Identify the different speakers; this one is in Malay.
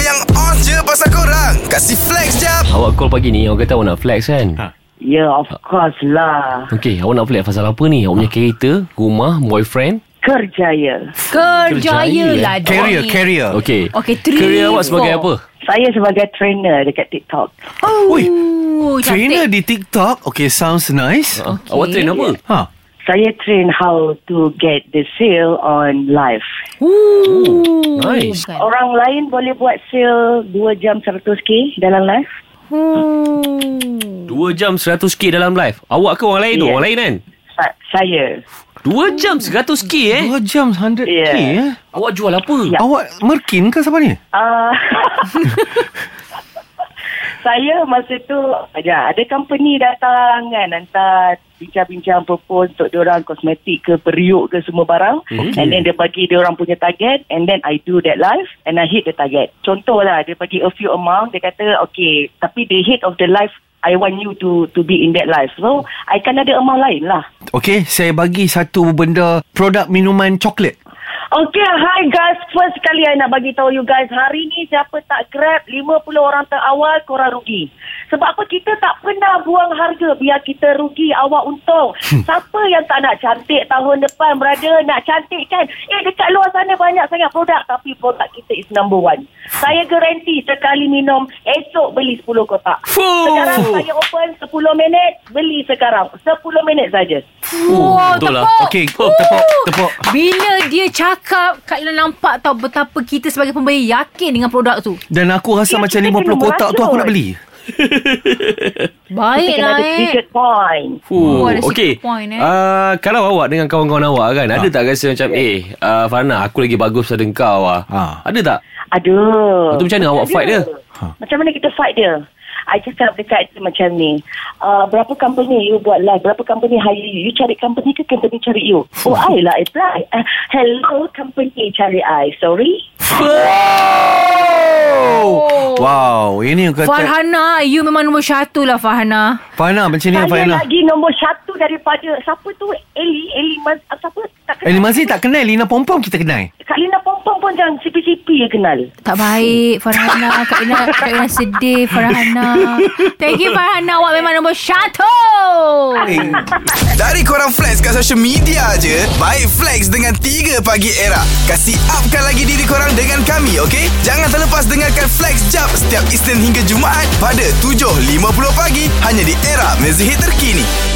Speaker 1: yang on je pasal korang Kasih flex jap
Speaker 2: Awak call pagi ni Awak kata awak nak flex kan
Speaker 3: Ha.
Speaker 4: Ya, of course lah.
Speaker 2: Okey awak nak flex pasal apa ni Awak
Speaker 3: Ha.
Speaker 2: punya kereta Rumah Boyfriend
Speaker 4: Kerjaya.
Speaker 2: Kerjaya.
Speaker 5: Kerjaya lah Johnny.
Speaker 3: Carrier Carrier
Speaker 2: Okey
Speaker 5: Okey, three,
Speaker 2: Career awak sebagai apa
Speaker 5: four.
Speaker 4: Saya sebagai trainer dekat TikTok.
Speaker 5: Oh,
Speaker 3: Ui,
Speaker 5: cantik.
Speaker 3: Trainer di TikTok Okay sounds nice
Speaker 2: okay. Awak train apa
Speaker 3: Ha
Speaker 4: Saya train how to get the sale on live.
Speaker 5: Ooh,
Speaker 2: nice.
Speaker 5: bukan.
Speaker 4: Orang lain boleh buat sale 2 jam 100k dalam live.
Speaker 5: Ooh.
Speaker 2: 2 jam 100k dalam live Awak ke orang lain tu
Speaker 4: Yeah.
Speaker 2: Orang lain kan
Speaker 4: Sa- saya.
Speaker 2: 2 jam 100k eh
Speaker 3: 2 jam 100k
Speaker 4: Yeah.
Speaker 3: yeah. eh?
Speaker 2: Awak jual apa
Speaker 3: Awak merkin ke siapa ni?
Speaker 4: Ah, saya masa tu ya, ada company datang kan hantar bincang-bincang propose untuk diorang kosmetik ke periuk ke semua barang okay. and then dia bagi diorang punya target and then I do that live and I hit the target contohlah dia bagi a few amount dia kata okay tapi the hit of the live I want you to to be in that live so I kan ada amount lain lah
Speaker 3: Okay saya bagi satu benda Produk minuman coklat
Speaker 4: Okay, hi guys. First sekali I nak bagi tahu you guys, hari ni siapa tak grab 50 orang terawal korang rugi. Sebab apa kita tak pernah buang harga biar kita rugi awak untung. siapa yang tak nak cantik tahun depan brother nak cantik kan? Eh dekat luar sana banyak sangat produk tapi produk kita is number one. Saya garanti sekali minum esok beli 10 kotak.
Speaker 3: Oh.
Speaker 2: Fuh.
Speaker 4: Sekarang saya open 10 minit, beli sekarang. 10 minit saja.
Speaker 5: Wow,
Speaker 2: betul lah.
Speaker 5: tepuk.
Speaker 3: Okay oh, tepuk Tepuk
Speaker 5: Bila dia cakap, Kak Ila nampak tau betapa kita sebagai pembeli yakin dengan produk tu.
Speaker 3: Dan aku rasa
Speaker 4: Ya,
Speaker 3: macam
Speaker 4: kita
Speaker 3: 50
Speaker 4: kena
Speaker 3: kotak tu aku
Speaker 4: merajuk.
Speaker 3: nak beli
Speaker 4: Kita kena
Speaker 5: Baiklah
Speaker 4: ada
Speaker 5: eh.
Speaker 4: ticket point.
Speaker 2: Oh,
Speaker 5: Oh, ada
Speaker 2: okay.
Speaker 5: secret point, eh.
Speaker 2: Uh, kalau awak dengan kawan-kawan awak kan,
Speaker 3: Ha.
Speaker 2: ada tak rasa macam, eh, uh, Farana, aku lagi bagus daripada kau ah.
Speaker 3: Ha.
Speaker 2: Ada tak?
Speaker 4: Ada.
Speaker 2: Itu macam mana awak
Speaker 4: Ada.
Speaker 2: fight dia?
Speaker 3: Ha.
Speaker 4: Macam mana kita fight dia? I cakap dekat dia macam ni. Uh, berapa company you buat live? Berapa company hire you? You cari company ke company cari you? Oh, I lah apply. Uh, hello, company cari I. Sorry.
Speaker 3: Oh. Wow, ini yang kata Farhan.
Speaker 5: Farhana, you memang nombor satu lah Farhana.
Speaker 3: Farhana macam ni lah,
Speaker 4: Saya
Speaker 3: Farhana.
Speaker 4: lagi nombor satu daripada siapa tu? Eli. Eli Mas, ah, siapa? Tak kenal.
Speaker 3: Eh, masih tak kenal Lina Pompom kita kenal.
Speaker 4: Kak Lina Pompong pun jangan CP-CP je kenal.
Speaker 5: Tak baik Farhana Kak Ina, Kak Ina sedih Farhana Thank you Farhana Awak memang nombor satu
Speaker 1: Dari korang flex kat social media je Baik flex dengan 3 pagi era Kasih upkan lagi diri korang dengan kami okay? Jangan terlepas dengarkan flex jap Setiap Isnin hingga Jumaat Pada 7.50 pagi Hanya di era mezihit terkini